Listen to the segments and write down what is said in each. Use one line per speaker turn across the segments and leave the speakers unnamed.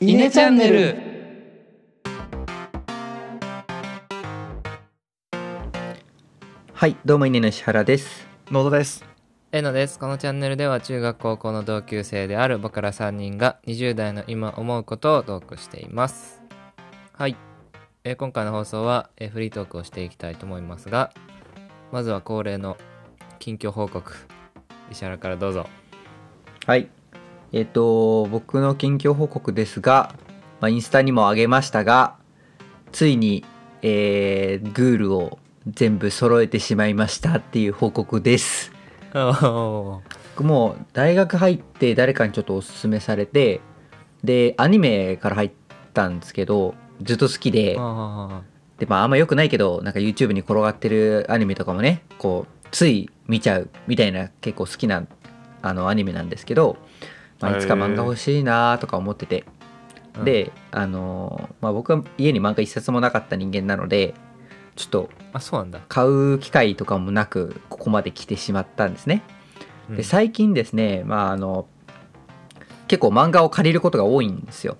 イネチャンネル
はいどうも稲の石原です
野田です
えのですこのチャンネルでは中学高校の同級生である僕ら3人が20代の今思うことをトークしていますはい、えー今回の放送は、えーフリートークをしていきたいと思いますがまずは恒例の近況報告石原からどうぞ
はいえっ、と僕の近況報告ですが、まあ、インスタにも上げましたがついに、えー、グールを全部揃えてしまいましたっていう報告です
お
僕もう大学入って誰かにちょっとおすすめされてでアニメから入ったんですけどずっと好きで
あ
でまああんま良くないけどなんか YouTube に転がってるアニメとかもねこうつい見ちゃうみたいな結構好きなあのアニメなんですけど、まあ、いつか漫画欲しいなとか思ってて、
うん
であのーまあ、僕は家に漫画一冊もなかった人間なのでちょっと
あそうなんだ、
買う機会とかもなくここまで来てしまったんですね。
うん
で最近ですね、まあ、あの結構漫画を借りることが多いんですよ。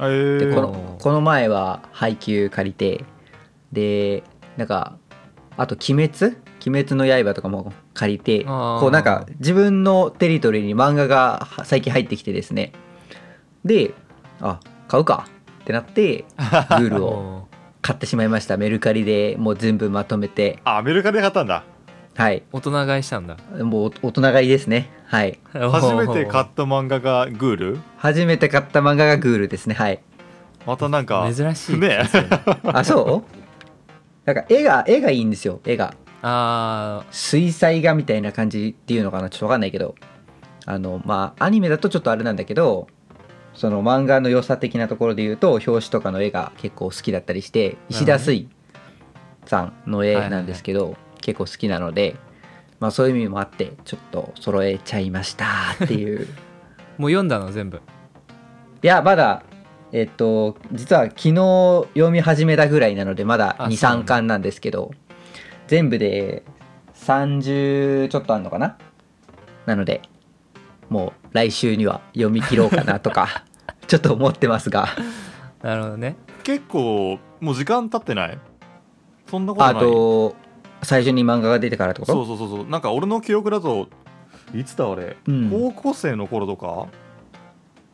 えー
でこ
お
の
ー
この前は配給借りてでなんかあと「鬼滅」「鬼滅の刃」とかも借りて
あー
こうなんか自分のテリトリーに漫画がは最近入ってきてですねであ買うかってなって グールを
お
買ってしまいましたメルカリでもう全部まとめて
あアメリカで買ったんだ
はい
大人買いしたんだ
もう大人買いですねはい
初めて買った漫画がグール
初めて買った漫画がグールですねはい
またなんか
珍しい
ね
ですよね
あそう なんか絵が絵がいいんですよ絵が
あ
水彩画みたいな感じっていうのかなちょっとわかんないけどあのまあアニメだとちょっとあれなんだけどその漫画の良さ的なところで言うと表紙とかの絵が結構好きだったりして石田水さんの絵なんですけど、結構好きなので、まあ、そういう意味もあってちょっと揃えちゃいましたっていう
ーもう読んだの全部
いやまだえっと実は昨日読み始めたぐらいなのでまだ
あそうなんだ
23巻なんですけど全部で30ちょっとあんのかななのでもう来週には読み切ろうかなと かちょっと思ってますが
なるほどね
結構もう時間経ってないそんなことな
あ
い
と最初に漫画が出てからってこと
そうそうそうそうなんか俺の記憶だといつだあれ、
うん
高校生の頃とか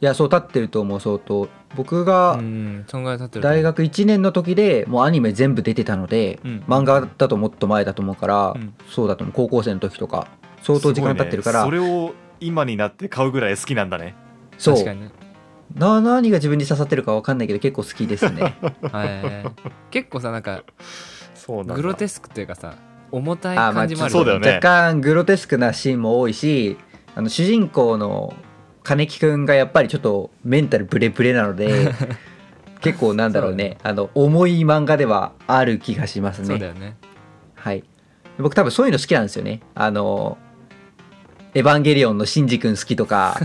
いやそう立ってると思う相当僕が
うんそんぐらい経ってると思う
大学1年の時でもうアニメ全部出てたので、
うん
漫画だともっと前だと思うから、
うん
そうだと思う高校生の時とか相当時間経ってるから、
すごいねそれを今になって買うぐらい好きなんだね
そう
確かにね、
な何が自分に刺さってるかわかんないけど結構好きです ね
はい結構さなんか
そうなんだ
グロテスクというかさ重たい感じもある
そうだよね
若干グロテスクなシーンも多いしあの主人公の金木くんがやっぱりちょっとメンタルブレブレな ので結構なんだろうねあの重い漫画ではある気がします
そうだ
ね
よね
はい僕多分そういうの好きなんですよねあの「エヴァンゲリオン」のシンジ君好き とか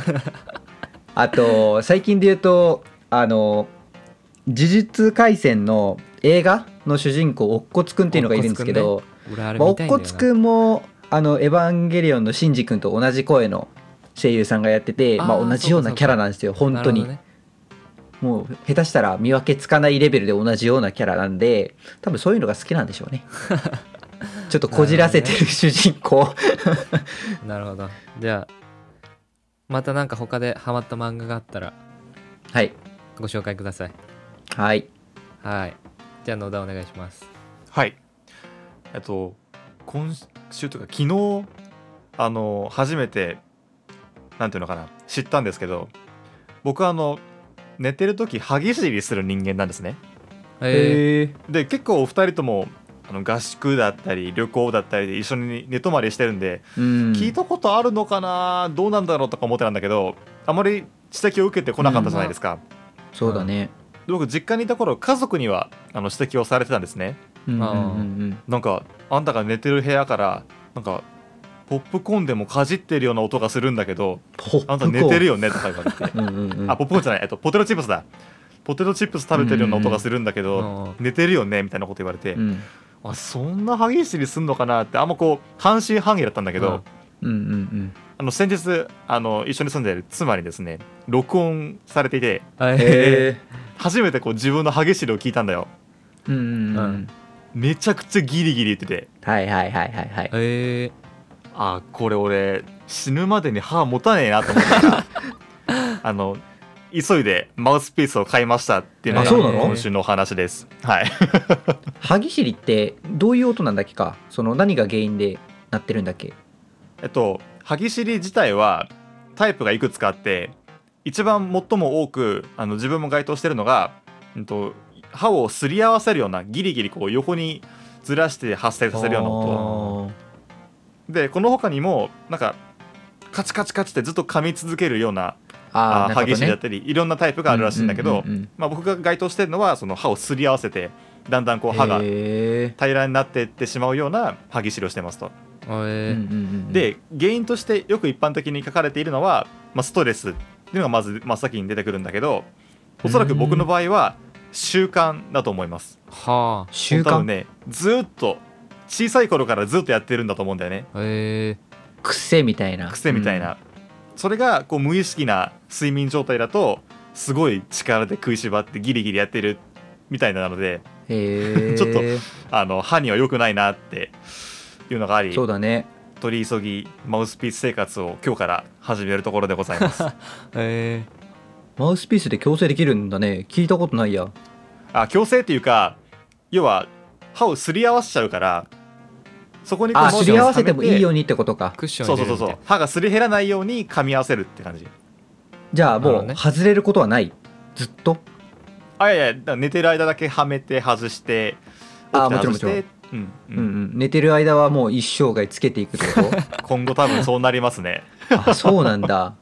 あと最近で言うとあの「呪術廻戦」の映画の主人公おっこつくんっていうのがいるんですけど、
俺あれ
まあ、お
見
った
いんだよ
こ
な
つくんもあの「エヴァンゲリオン」のシンジ君と同じ声の声優さんがやってて
あー
まあ、同じようなキャラなんですよ本当に、
なる
もう下手したら見分けつかないレベルで同じようなキャラなんで多分そういうのが好きなんでしょ うねちょっとこじらせてる主人公
ほどねなるほどじゃあまたなんか他でハマった漫画があったら
はい
ご紹介ください
はい
はいじゃあ野田お願いします
はいえっと今週というか昨日あの初めてなんていうのかな知ったんですけど僕あの寝てる時歯ぎしりする人間なんですね
え
え
で結構お二人ともあの合宿だったり旅行だったりで一緒に寝泊まりしてるんで、
うん
聞いたことあるのかなどうなんだろうとか思ってたんだけどあまり指摘を受けてこなかったじゃないですか、
そうだね
で僕実家にいた頃家族にはあの指摘をされてたんですね
うんうん
あ
う
ー
ん
なんかあんたが寝てる部屋からなんかポップコーンでもかじってるような音がするんだけど
ポップコーン
あんた寝てるよねとか言われて
うんうんうん
あポップコーンじゃない、えっと、ポテトチップスだポテトチップス食べてるような音がするんだけど、
うんうん
寝てるよねみたいなこと言われて、
うん
あそんな歯ぎしりすんのかなってあんまこう半信半疑だったんだけど、
うん
うんうん
あの先日あの一緒に住んでいる妻にですね録音されていて
あ
うん。
え
え。
初めてこう自分の激しいのを聞いたんだよ
うんうんう
うん
ん。
めちゃくちゃギリギリ言ってて
はいはいはいはいはい
ー、。え
あーこれ俺死ぬまでに歯持たねえなと思ったから あの急いでマウスピースを買いましたっていうの
あ
が
そうなの
今週のお話ですはい
歯ぎしりってどういう音なんだっけか。その何が原因で鳴ってるんだっけ。
えっと歯ぎしり自体はタイプがいくつかあって一番最も多くあの自分も該当してるのが、うんと、歯をすり合わせるようなギリギリこう横にずらして発生させるような音
音
でこの他にもなんかカチカチカチってずっと噛み続けるような
あ
あ
ーあー、
歯ぎしりだ
な
っ
る
たりいろんなタイプがあるらしいんだけど、
ほどね。うん
まあ、僕が該当してるのはその歯をすり合わせてだんだんこう歯が
へ
平らになっていってしまうような歯ぎしりをしてますと。
ー、あ
ー
え
う
ー
んうんうん。
で原因としてよく一般的に書かれているのは、まあ、ストレスっていうのがまず真っ先に出てくるんだけどおそらく僕の場合は習慣だと思います。
は
習
多
慣
分ねずーっと小さい頃からずっとやってるんだと思うんだよね
あえ
癖みたいな。
癖みたいな、それがこう無意識な睡眠状態だとすごい力で食いしばってギリギリやってるみたいなので
うん。へ え。
ちょっあの歯には良くないなっていうのがあり
そうだね。
取り急ぎマウスピース生活を今日から始めるところでござい ます
ー、え
マウスピースで矯正できるんだね。聞いたことないや。
あ矯正っていうか要は歯をすり合わせちゃうからそこにこう
あ、
文
す
字を
り合わせてもいいよ
う
うにってことか
ー、。クッシ
に
ョ
そ
ン
うそう
入れる
そう
みた
そ
いう
歯がすり減らないように噛み合わせるって感じ
じゃ
な
あ
る
も
ほど
う
ね
外れることはない。ずっと。
あいやいやだから寝てる間だけはめて外して
あ
起きて
もちろん
外してうん
うんう
うん
ん。寝てる間はもう一生涯つけていくってこ
今後多分そうなりますね
と。あ、そうなんだ。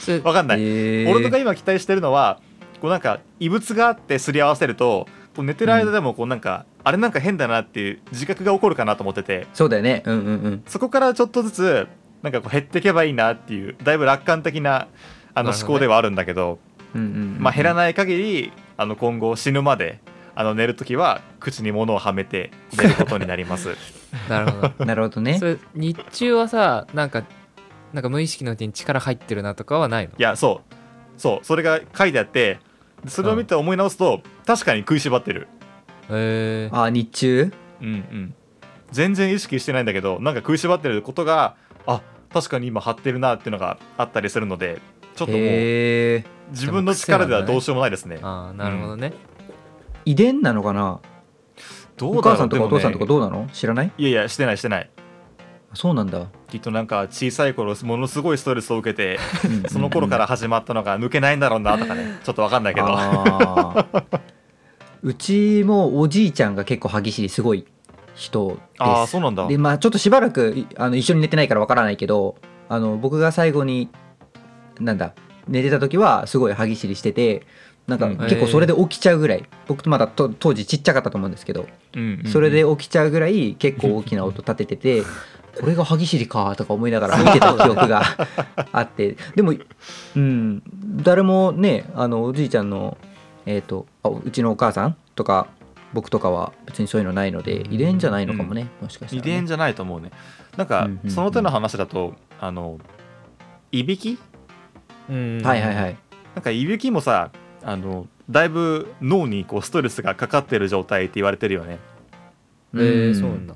それ
わかんない、
へえ
俺とか今期待してるのはこうなんか異物があってすり合わせるとこう寝てる間でもこうなんか、あれなんか変だなっていう自覚が起こるかなと思ってて
そうだよね。うんうんうん。
そこからちょっとずつなんかこう減っていけばいいなっていうだいぶ楽観的なあの
なるほどね
思考ではあるんだけど
うんうんうん
まあ、減らない限りあの今後死ぬまであの寝る時は口に物をはめて寝ることになります
なるほど
なるほどね
そ。れ日中はさなんかなんか無意識のうちに力入ってるなとかはないの
いやそうそうそれが書いてあってそれを見て思い直すと、確かに食いしばってる
えー、
あ、日中
うんうん全然意識してないんだけどなんか食いしばってることがあ確かに今張ってるなっていうのがあったりするのでちょっともう
へえ。
自分の力ではどうしようもないですね
ああなるほどね、
遺伝なのかな
ど
お
うだ
母
ろ
さ
うん
と
で
か
も
お父さん
ね
とかどうなの知らない
いやいやしてないしてない
そ うなんだ。
きっとなんか小さい頃ものすごいストレスを受けて
うんうんうん
その頃から始まったのが抜けないんだろうなとかね ちょっとわかんないけどあ
あー うちもおじいちゃんが結構歯ぎしりすごい人です。
あーそうなんだ
でまあちょっとしばらくいあの一緒に寝てないからわからないけどあの僕が最後になんだ寝てた時はすごい歯ぎしりしててなんか
うん
結構それで起きちゃうぐらい、僕とまだと当時ちっちゃかったと思うんですけど、
うんうん
それで起きちゃうぐらい結構大きな音立てててこれが歯ぎしりかとか思いながら見てた記憶があってでも、うん、誰もねあのおじいちゃんの、えー、とあうちのお母さんとか僕とかは別にそういうのないので遺伝じゃないのかもね、もしかした
遺
らね、
伝じゃないと思うねなんか
うんうんうん
その手の話だとあのいびき
うん
はいはいはい
なんかいびきもさあのだいぶ脳にこうストレスがかかってる状態って言われてるよね
えー、そうなんだ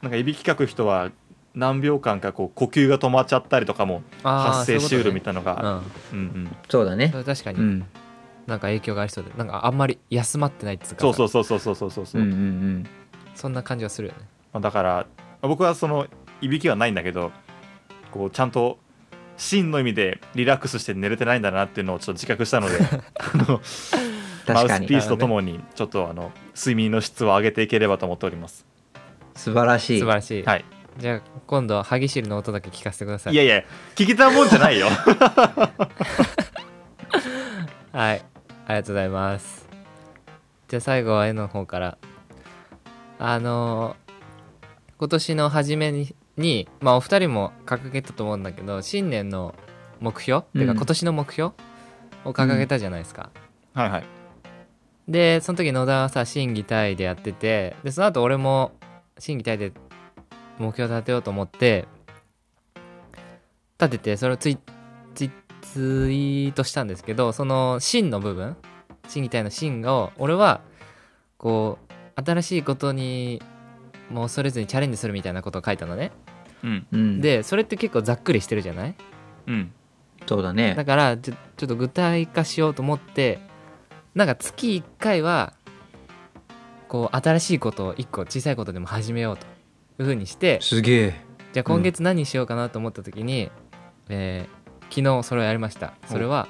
なんかいびきかく人は何秒間かこう呼吸が止まっちゃったりとかも発生しうるみ
た
たいなの
い
が
な
うんうん
そうだね
それ確か
う
に
ん
なんか影響がありそうでなんかあんまり休まってないっていうか
そうそううそうそうそうそうそう
う
そ
んう
うん
うん
そんな感じがするよね
まあだからまあ僕はそのいびきはないんだけどこうちゃんと真の意味でリラックスして寝れてないんだなっていうのをちょっと自覚したの であのマ
確
ウ
か
ス
に
ピースとともにちょっとあの睡眠の質を上げていければと思っております。
素晴らしい
素晴らしい、
はい、
じゃあ今度は歯ぎしりの音だけ聞かせてください
いやいや聞きたもんじゃ ないよ。
はいありがとうございますじゃあ最後は絵の方からあのー今年の初めににまあお二人も掲げたと思うんだけど新年の目標、っていうか
うん
今年の目標を掲げたじゃないですか、
はいはい。
でその時野田はさ審議体でやっててでその後俺も審議体で目標立てようと思って立ててそれをツイツイツイートしたんですけどその芯の部分審議体の芯を俺はこう新しいことにもう恐れずにチャレンジするみたいなことを書いたのね、
うん
うん、
でそれって結構ざっくりしてるじゃない
うん
そうだね
だからちょちょっと具体化しようと思ってなんか月1回はこう新しいことを1個小さいことでも始めようというふうにして
すげえ
じゃあ今月何しようかなと思った時に、えー昨日それをやりましたそれは、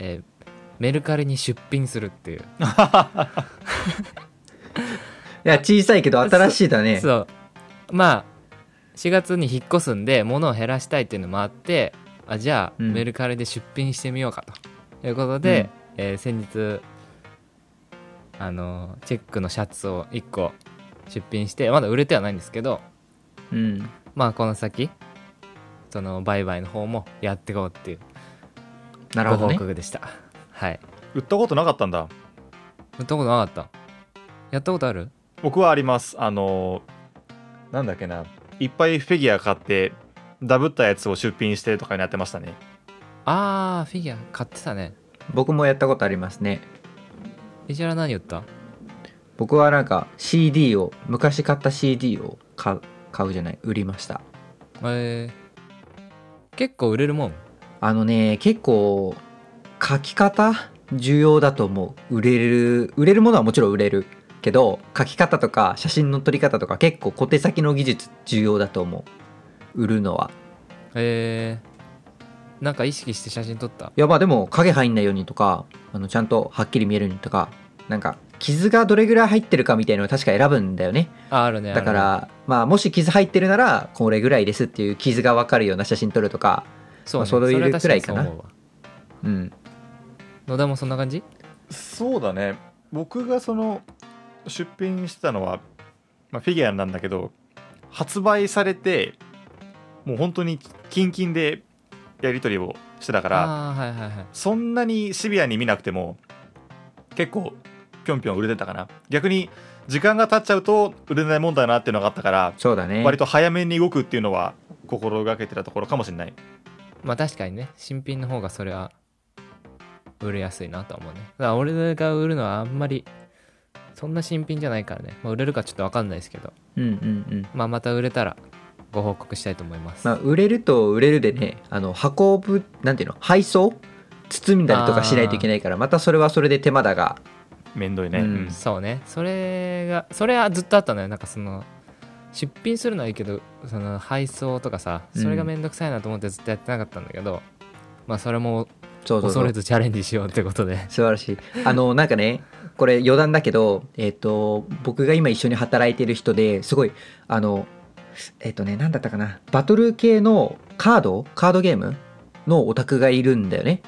えーメルカリに出品するっていう、
いや小さいけど新しいだね
そうまあ4月に引っ越すんで物を減らしたいっていうのもあってあじゃあ、
うん
メルカリで出品してみようかということで、えー先日あのチェックのシャツを1個出品してまだ売れてはないんですけど
うん
まあこの先その売買の方もやっていこうっていう
なる
ご
ほど
報
ね
告でした、はい
売ったことなかったんだ
やったことなかったやったことある
僕はありますあのなんだっけないっぱいフィギュア買ってダブったやつを出品してとかになってましたね
あーフィギュア買ってたね
僕もやったことありますね
石原何言った
僕はなんか CD を昔買った CD を買う買うじゃない売りました
えー、結構売れるもん
あのね結構書き方重要だと思う売れる売れるものはもちろん売れるけど書き方とか写真の撮り方とか結構小手先の技術重要だと思う売るのは
えー、なんか意識して写真撮った
いやまあでも影入んないようにとかあのちゃんとはっきり見えるようにとかなんか傷がどれぐらい入ってるかみたいなのを確か選ぶんだよね
ああるねある
だ
ね
からまあもし傷入ってるならこれぐらいですっていう傷が分かるような写真撮るとか
そう、
ま
ね、
あそれ
れ
入れ
は
る
確か
く
らに
い
そ
か
う
な
思うわ
うん
野田もそんな感じ
そうだね僕がその出品してたのは、まあ、フィギュアなんだけど発売されてもう本当にキンキンでやり取りをしてたから
ああーはいはいはい
そんなにシビアに見なくても結構ぴょんぴょん売れてたかな逆に時間が経っちゃうと売れないもんだなっていうのがあったから
そうだね
割と早めに動くっていうのは心がけてたところかもしれない
まあ確かにね新品の方がそれは売れやすいなとは思うねだから俺が売るのはあんまりそんな新品じゃないからね、まあ、売れるかちょっと分かんないですけど、
うんうんうん
まあ、また売れたらご報告したいと思います、
まあ、売れると売れるでねあの運ぶなんていうの配送包んだりとかしないといけないからまたそれはそれで手間だが
めんどいね、
うん
うん
そうねそれがそれはずっとあったのよなんかその出品するのはいいけどその配送とかさそれがめんどくさいなと思ってずっとやってなかったんだけど、まあそれも
そうそうそ
恐れ
う
ずチャレンジしようってことで
素晴らしいあのなんかねこれ余談だけどえっ、と僕が今一緒に働いてる人ですごいあのえっ、とね何だったかなバトル系のカードカードゲームのオタクがいるんだよね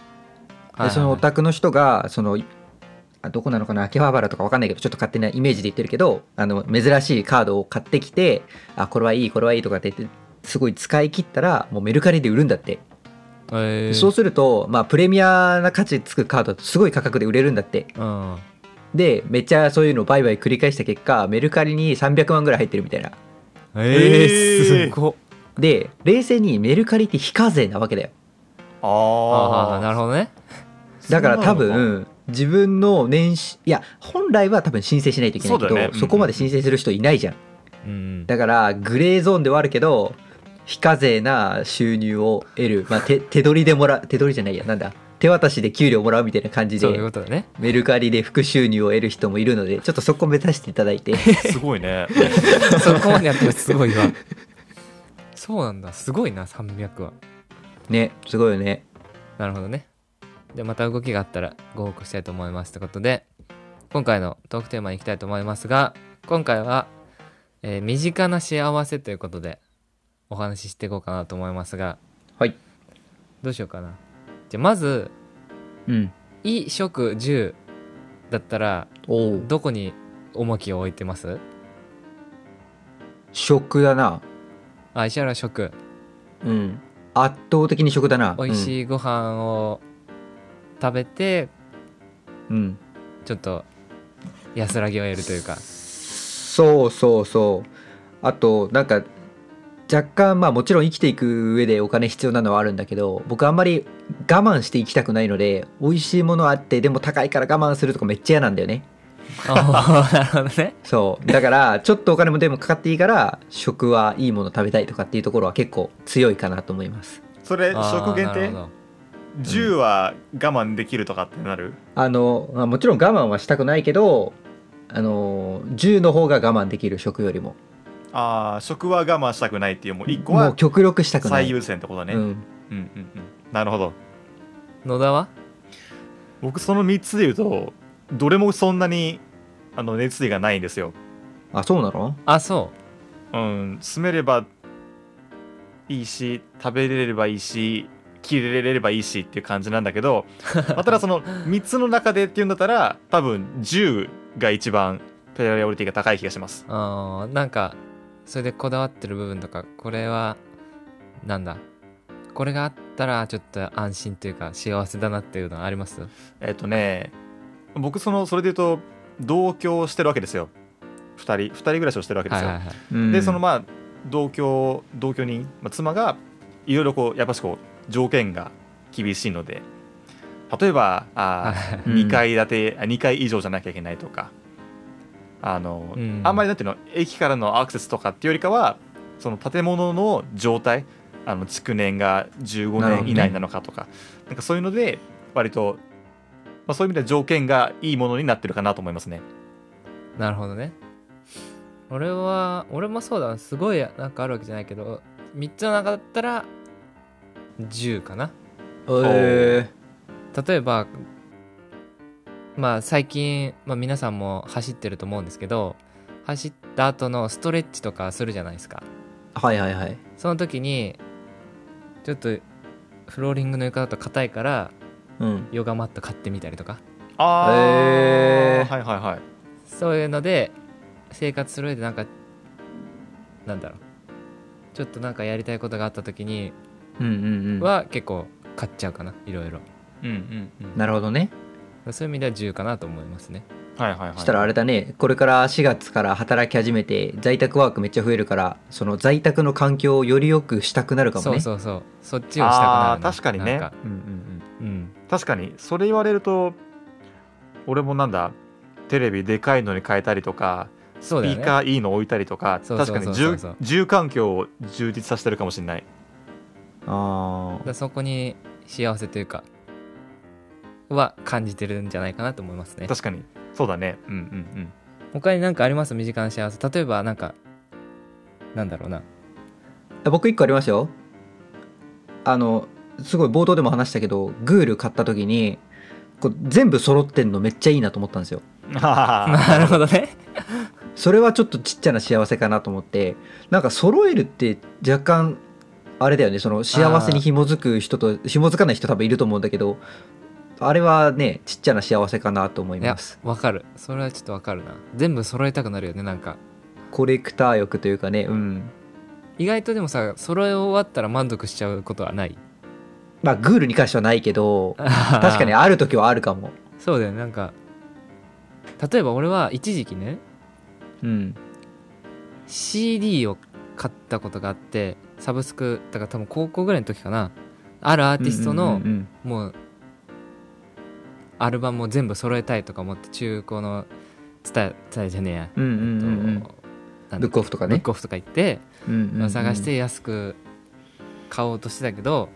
はいはいはい
でそのお宅の人がそのあどこなのかな秋葉原とかわかんないけどちょっと勝手なイメージで言ってるけどあの珍しいカードを買ってきてあこれはいいこれはいいとかって言ってすごい使い切ったらもうメルカリで売るんだって、
えー、
そうすると、まあ、プレミアな価値つくカードすごい価格で売れるんだって
うん
でめっちゃそういうのを売買繰り返した結果メルカリに300万ぐらい入ってるみたいな
え
え
ー
ー、すごっ
で冷静にメルカリって非課税なわけだよ
あ
あ
ー
あなるほどね
だから多
そうなのか
分自分の年収いや本来は多分申請しないといけないけど
そう
そ,、
だよねうん
こまで申請する人いないじゃん
うん
だからグレーゾーンではあるけど非課税な収入を得る、まあ、手手取りでもらう手取りじゃないやなんだ手渡しで給料もらうみたいな感じ
そういう
で
ことだね
メルカリで副収入を得る人もいるのでちょっとそこ目指していただいて
すごい ね
そこまでやったらすごいわそうなんだすごいな300は
ねすごいよね
なるほどね。で、また動きがあったらご報告したいと思います。ということで、今回のトークテーマに行きたいと思いますが、今回は、えー身近な幸せということで、お話ししていこうかなと思いますが、
はい
どうしようかな。じゃあ、まず、
うん
衣食住だったら、
おう
どこに重きを置いてます
食だな
あ、石原食。
うん圧倒的に食だな
美味しいご飯を食べて、
うん、うん
ちょっと安 らぎを得るというか。
そうそうそうあとなんか若干まあもちろん生きていく上でお金必要なのはあるんだけど僕あんまり我慢していきたくないので美味しいものあってでも高いから我慢するとかめっちゃ嫌なんだよね
あーなるほどね
そうだからちょっとお金もでもかかっていいから食はいいもの食べたいとかっていうところは結構強いかなと思います
それ
あー
食限
なる
定
ほど
10は我慢できるとかってなる、
あのまあもちろん我慢はしたくないけどあの10の方が我慢できる食よりも
ああ食は我慢したくないっていうもう1個
もう
は
極力したくない
最優先ってことね、
う
うん、
ん、
うんうんなるほど
野田は
僕その3つで言うとどれもそんなにあの熱意がないんですよ
あそうなの
あそ
うん住めればいいし食べれればいいし着れれればいいしっていう感じなんだけ どまあただその3つの中でっていうんだったら多分10が一番プライオリティが高い気がします
うあーなんかそれでこだわってる部分とかこれはなんだこれがあったらちょっと安心というか幸せだなっていうのはあります
えっとね僕そのそれで言うと同居してるわけですよ2人2人暮らしをしてるわけです
はい
よ、
はいはい
うん
でそのまあ同居同居人、まあ、妻がいろいろこうやっぱしこう条件が厳しいので例えばあ
はいはい
うん
2階建て、あ2階以上じゃなきゃいけないとかあの、
うん
あんまりなんていうの駅からのアクセスとかっていうよりかはその建物の状態あの築年が
なるほ
15
ど
年
ね
以内なのかとかな,、んかそういうので割と、まあ、そういう意味では条件がいいものになってるかなと思いますね。
なるほどね俺は俺もそうだなすごいなんかあるわけじゃないけど3つの中だったら10かな
え
例えばまあ最近、まあ、皆さんも走ってると思うんですけど走った後のストレッチとかするじゃないですか
ーはいはいはい
その時にちょっとフローリングの床だと硬いから
うん
ヨガマット買ってみたりとか
あー
えー
はいはいはい。
そういうので生活する上でなんかなんだろうちょっとなんかやりたいことがあった時に
うんうんうん
は結構買っちゃうかないろいろ
うんうんうん
なるほどね
そういう意味では自かなと思いますね
はいはいはい。
したらあれだねこれから4月から働き始めて在宅ワークめっちゃ増えるからその在宅の環境をより良くしたくなるかも
そ
ね
うそうそうそっちをしたくな
あ
る
ー
な
確かに
な
ね
んか
うんうんうん、
うん
確かにそれ言われると俺もなんだテレビでかいのに変えたりとかス
そう
ピ
だよ
ー
ね
カーいいの置いたりとか
そうそ
確
うそ
か
う
に
そ
住
うそう
住環境を充実させてるかもしれない
あ
だからそこに幸せというかは感じてるんじゃないかなと思いますね
確かにそうだねうんうん
他に何かあります身近な幸せ例えばなんかなんだろうな
あ僕1個ありますよあのすごい冒頭でも話したけどグール買った時にこう全部揃ってんのめっちゃいいなと思ったんですよ
うん あ
なるほどね
それはちょっとちっちゃな幸せかなと思ってなんか揃えるって若干あれだよねその幸せに紐づく人と紐づかない人多分いると思うんだけどあれはねちっちゃな幸せかなと思い
いや
ます
わかるそれはちょっとわかるな全部揃えたくなるよねなんか
コレクター欲というかねうん
意外とでもさ揃え終わったら満足しちゃうことはない
まあグールに関してはないけど確
確
かにある時はあるかも
そうだよねなんか例えば俺は一時期ね
うん
CD を買ったことがあってサブスクだから多分高校ぐらいの時かなあるアーティスト
う
の
んうんうん
もうアルバムを全部揃えたいとか思って中古の伝え伝えじゃねえや、
うんうんうんうん
えっとなんだ
ブックオフとか
ブッ
ね
クオフとか行って
うんうんうん
探して安く買おうとしてたけど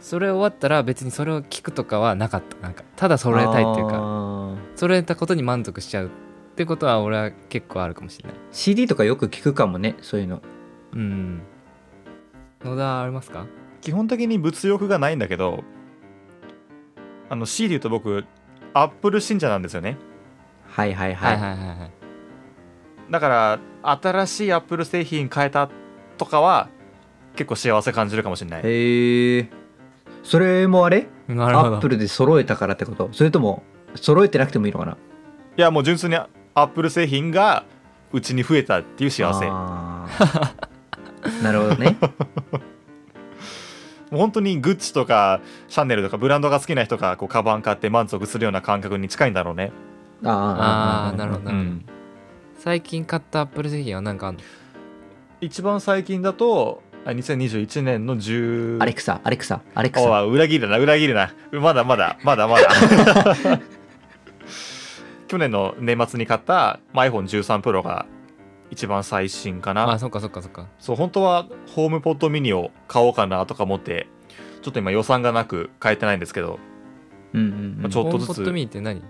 それ終わったら別にそれを聞くとかはなかったなんかただ揃えたいっていうか
あー
揃えたことに満足しちゃうってことは俺は結構あるかもしれない
CD とかよく聞くかもねそういうの
うん野田ありますか
ー基本的に物欲がないんだけどあの C で言うと僕アップル信者なんですよね
はいはい
は
はいい、
はいはいはい
だから新しいアップル製品変えたとかは結構幸せ感じるかもしれない
へえそれもあれ
なる
ア
ほ
ップ
ど
ルで揃えたからってことそれとも揃えてなくてもいいのかない
やもう純粋にアップル製品がうちに増えたっていう幸せも
あー なるほどね
う本当にグッチとかシャネルとかブランドが好きな人がこうカバン買って満足するような感覚に近いんだろうね、
あー
あーなるほど
うん、
最近買ったアップル製品は何かあんの
一番最近だとあ2021年の10
アレクサアレクサアレク
お
サ
あ裏切るな裏切るなまだまだまだまだ去年の年末に買ったまあ iPhone13 Pro が一番最新か
あ
な
そっかそっかそっか
そう本当はホームポットミニを買おうかなとか思ってちょっと今予算がなく買えてないんですけど
うんうんうん
ちょっとずつ
ホームポットミニって何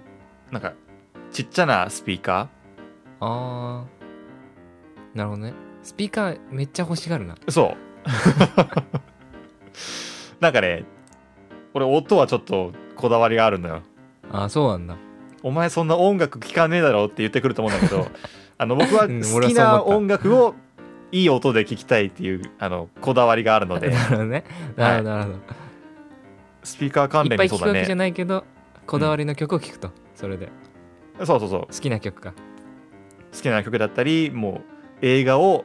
なんかちっちゃなスピーカ
あーなるほどねスピーカーめっちゃ欲しがるな
ーそう なんかね俺音はちょっとこだわりがあるのよ
あーそうなんだ
お前そんな音楽聴かねえだろって言ってくると思うんだけ どあの僕は
うん
好
俺はそう思っ
き
た
な音楽をいい音で聴きたいっていうあのこだわりがあるので
なるほどねなるほどなるほ
スピーカー
ど
関
いっ
連
ぱい
に
聴
そう
くわ
だ
けじゃ
ね
ないけどこだわりの曲を聴くとそれで
そうそうそう
好きな曲か
好きな曲だったりもう映画を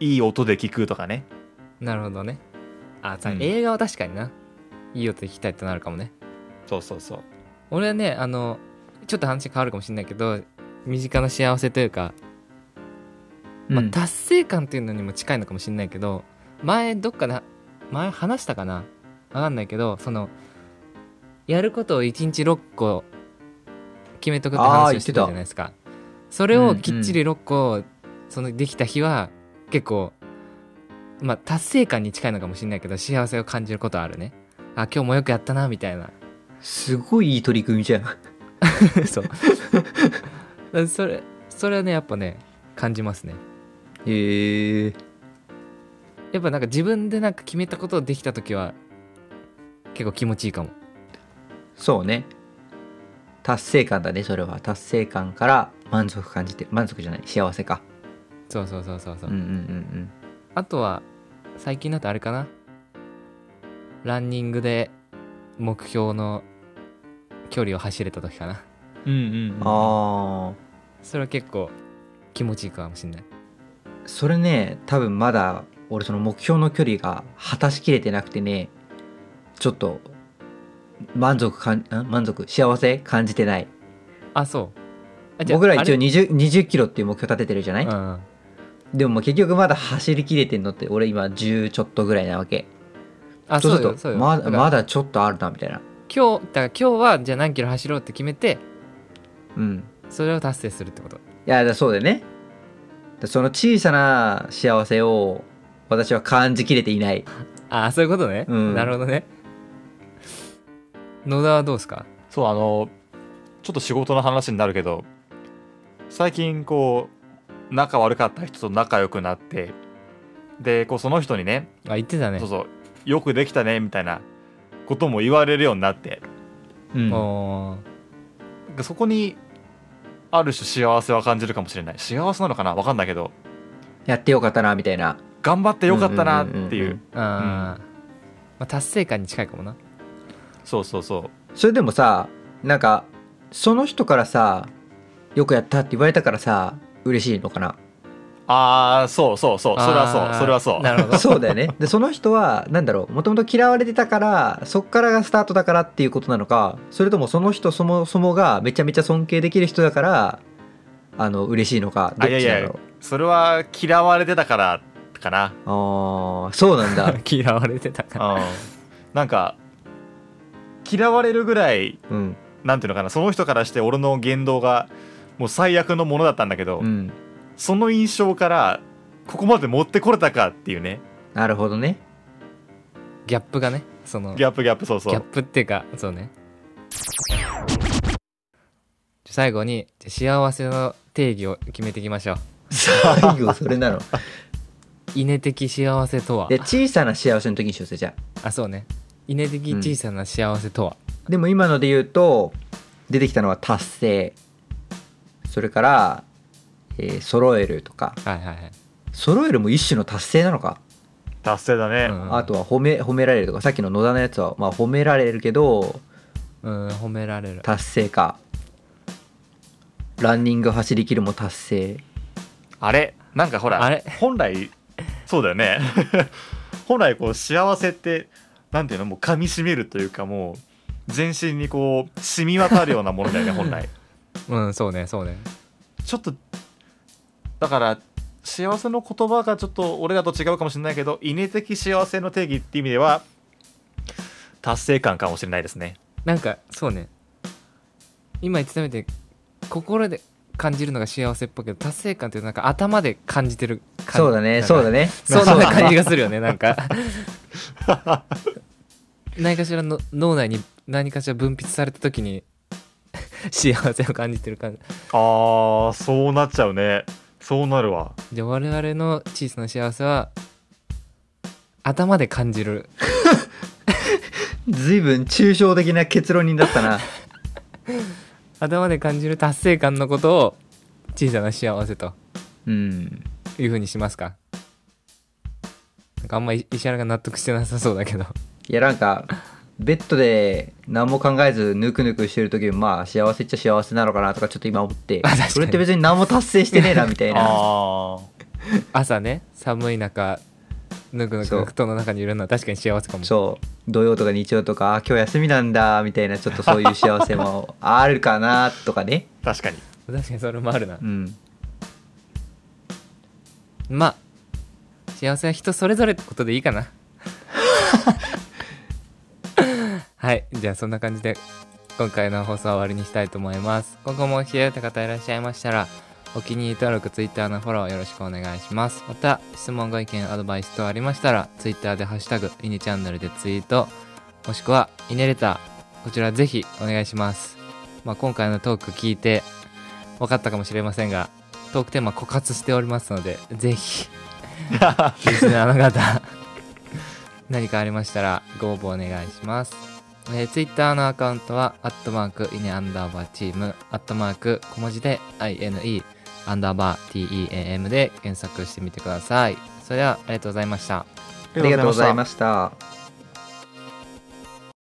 いい音で聴くとかね
なるほどねあさ、
うん
映画は確かにないいよって聞きたいってなるかもね
そうそうそう
俺はねあのちょっと話変わるかもしれないけど身近な幸せというか、まあ
うん
達成感っていうのにも近いのかもしれないけど前どっかで前話したかな分かんないけどそのやることを1日6個決めとくって
あー
話を
言っ
して
て
た
た
じゃないですかそれをきっちり6個、そのできた日は結構まあ達成感に近いのかもしれないけど幸せを感じることはあるねあ今日もよくやったなみたいな
すごいいい取り組みじゃん
そう それそれはねやっぱね感じますね
へえ
やっぱなんか自分でなんか決めたことをできた時は結構気持ちいいかも
そうね達成感だねそれは達成感から満足感じて満足じゃない幸せか
そうそうそうそうそう、
うんうんうん
あとは最近だとあれかなランニングで目標の距離を走れた時かな
うんうん
うんああ
それは結構気持ちいいかもしんない
それね多分まだ俺その目標の距離が果たしきれてなくてねちょっと満足かんん満足幸せ感じてない
あそうあ
僕ら一応
に
20 20キロっていう目標立ててるじゃない、
うんうん
でももう結局まだ走りきれてんのって俺今10ちょっとぐらいなわけ
あ
そう
そ
す
う
る
よ
と
そうよだ
まだ
から
まだちょっとあるなみたいな
今日だから今日はじゃあ何キロ走ろうって決めて
うん
それを達成するってこと
いやだそうだよねだその小さな幸せを私は感じきれていない
ああそういうことね、
うん
なるほどね野田はどうですか
そうあのちょっと仕事の話になるけど最近こう仲悪かった人と仲良くなってでこうその人にね
あ言ってたね
そうそうよくできたねみたいなことも言われるようになって
うん
おー
そこにある種幸せは感じるかもしれない幸せなのかな分かんないけど
やってよかったなみたいな
頑張ってよかったなって
うんうんう
い
んう
うん
あー、まあ、達成感に近いかもな
そうそうそ
それでもさなんかその人からさよくやったって言われたからさ嬉しいのか な
うああそうそうそうそれは
あ
そ
ー
うそれはそう
なるほど
そうだよねでその人はなんだろうもともと嫌われてたからそっからがスタートだからっていうことなのかそれともその人そもそもがめちゃめちゃ尊敬できる人だからあの嬉しいのかど
あ
っ
い
ち
や
な
い
ん
や
だろう
それは嫌われてたからかな
あーそうな んだ
嫌われてたから
うんなんか嫌われるぐらい
うん
なんていうのかなその人からして俺の言動がもう最悪のものだったんだけど、
うん
その印象からここまで持ってこれたかっていうね
なるほ どね
ギャップがねそのギ
ギ
ャ
ャップギャップそうそう
ップっていうかそうねじゃ最後にじゃあ幸せの定義を決めていきましょう
最後それなの
稲的幸せとは
で小さな幸せの時にしようぜじゃあ
あそうね稲的小さな幸せとは、
でも今ので言うと出てきたのは達成それから、えー揃えるとか
はいはいはい、
揃えるも一種の達成なのか
達成だね、
うん
あとは褒め褒められるとかさっきの野田のやつは、まあ、褒められるけど
うん褒められる
達成かランニング走り切るも達成
あれなんかほら
あれ
本来そうだよね 本来こう幸せってなんていうのもう噛みしめるというかもう全身にこう染み渡るようなものだよね本来
うんそうねそうね
ちょっとだから幸せの言葉がちょっと俺らと違うかもしれないけど意味的幸せの定義って意味では達成感かもしれないですね
なんかそうね今言ってたみたいに心で感じるのが幸せっぽいけど達成感っていうのはなんか頭で感じてる感じ
そうだねそうだ
ね
ね
そんな感じがするよ ねなんか何かしらの脳内に何かしら分泌された時に 幸せを感じてる感じ
ああそうなっちゃうねそうなるわ
で我々の小さな幸せは頭で感じる
随分抽象的な結論になっ たな
頭で感じる達成感のことを小さな幸せと
うん
いうふうにしますかなんかあんまり石原が納得してなさそうだけど
いやなんかベッドで何も考えずぬくぬくしてる時もまあ幸せっちゃ幸せなのかなとかちょっと今 思って
あ確かに
それって別に何も達成してねえなみた いな
あ
朝ね寒い中ぬくぬ
そう
く布団の中にいるのは確かに幸せかも
そう土曜とか日曜とかあ今日休みなんだみたいなちょっとそういう幸せもあるかなとかね
あ確かに
確かにそれもあるな
うん
まあ幸せは人それぞれってことでいいかな はいじゃあそんな感じで今回の放送は終わりにしたいと思います今後も気になった方いらっしゃいましたらお気に入り登録 Twitter のフォローよろしくお願いしますまた質問ご意見アドバイス等ありましたら Twitter で「ハッシュタグイネチャンネル」でツイートもしくはイネレターこちらぜひお願いします、まあ、今回のトーク聞いて分かったかもしれませんがトークテーマ枯渇しておりますのでぜひリスナーの方 何かありましたらご応募お願いします、えー、Twitter のアカウントはアットマークイネアンダーバーチームアットマーク小文字で INE アンダーバー TEAM で検索してみてくださいそれではありがとうございました
あ
ありがとうございました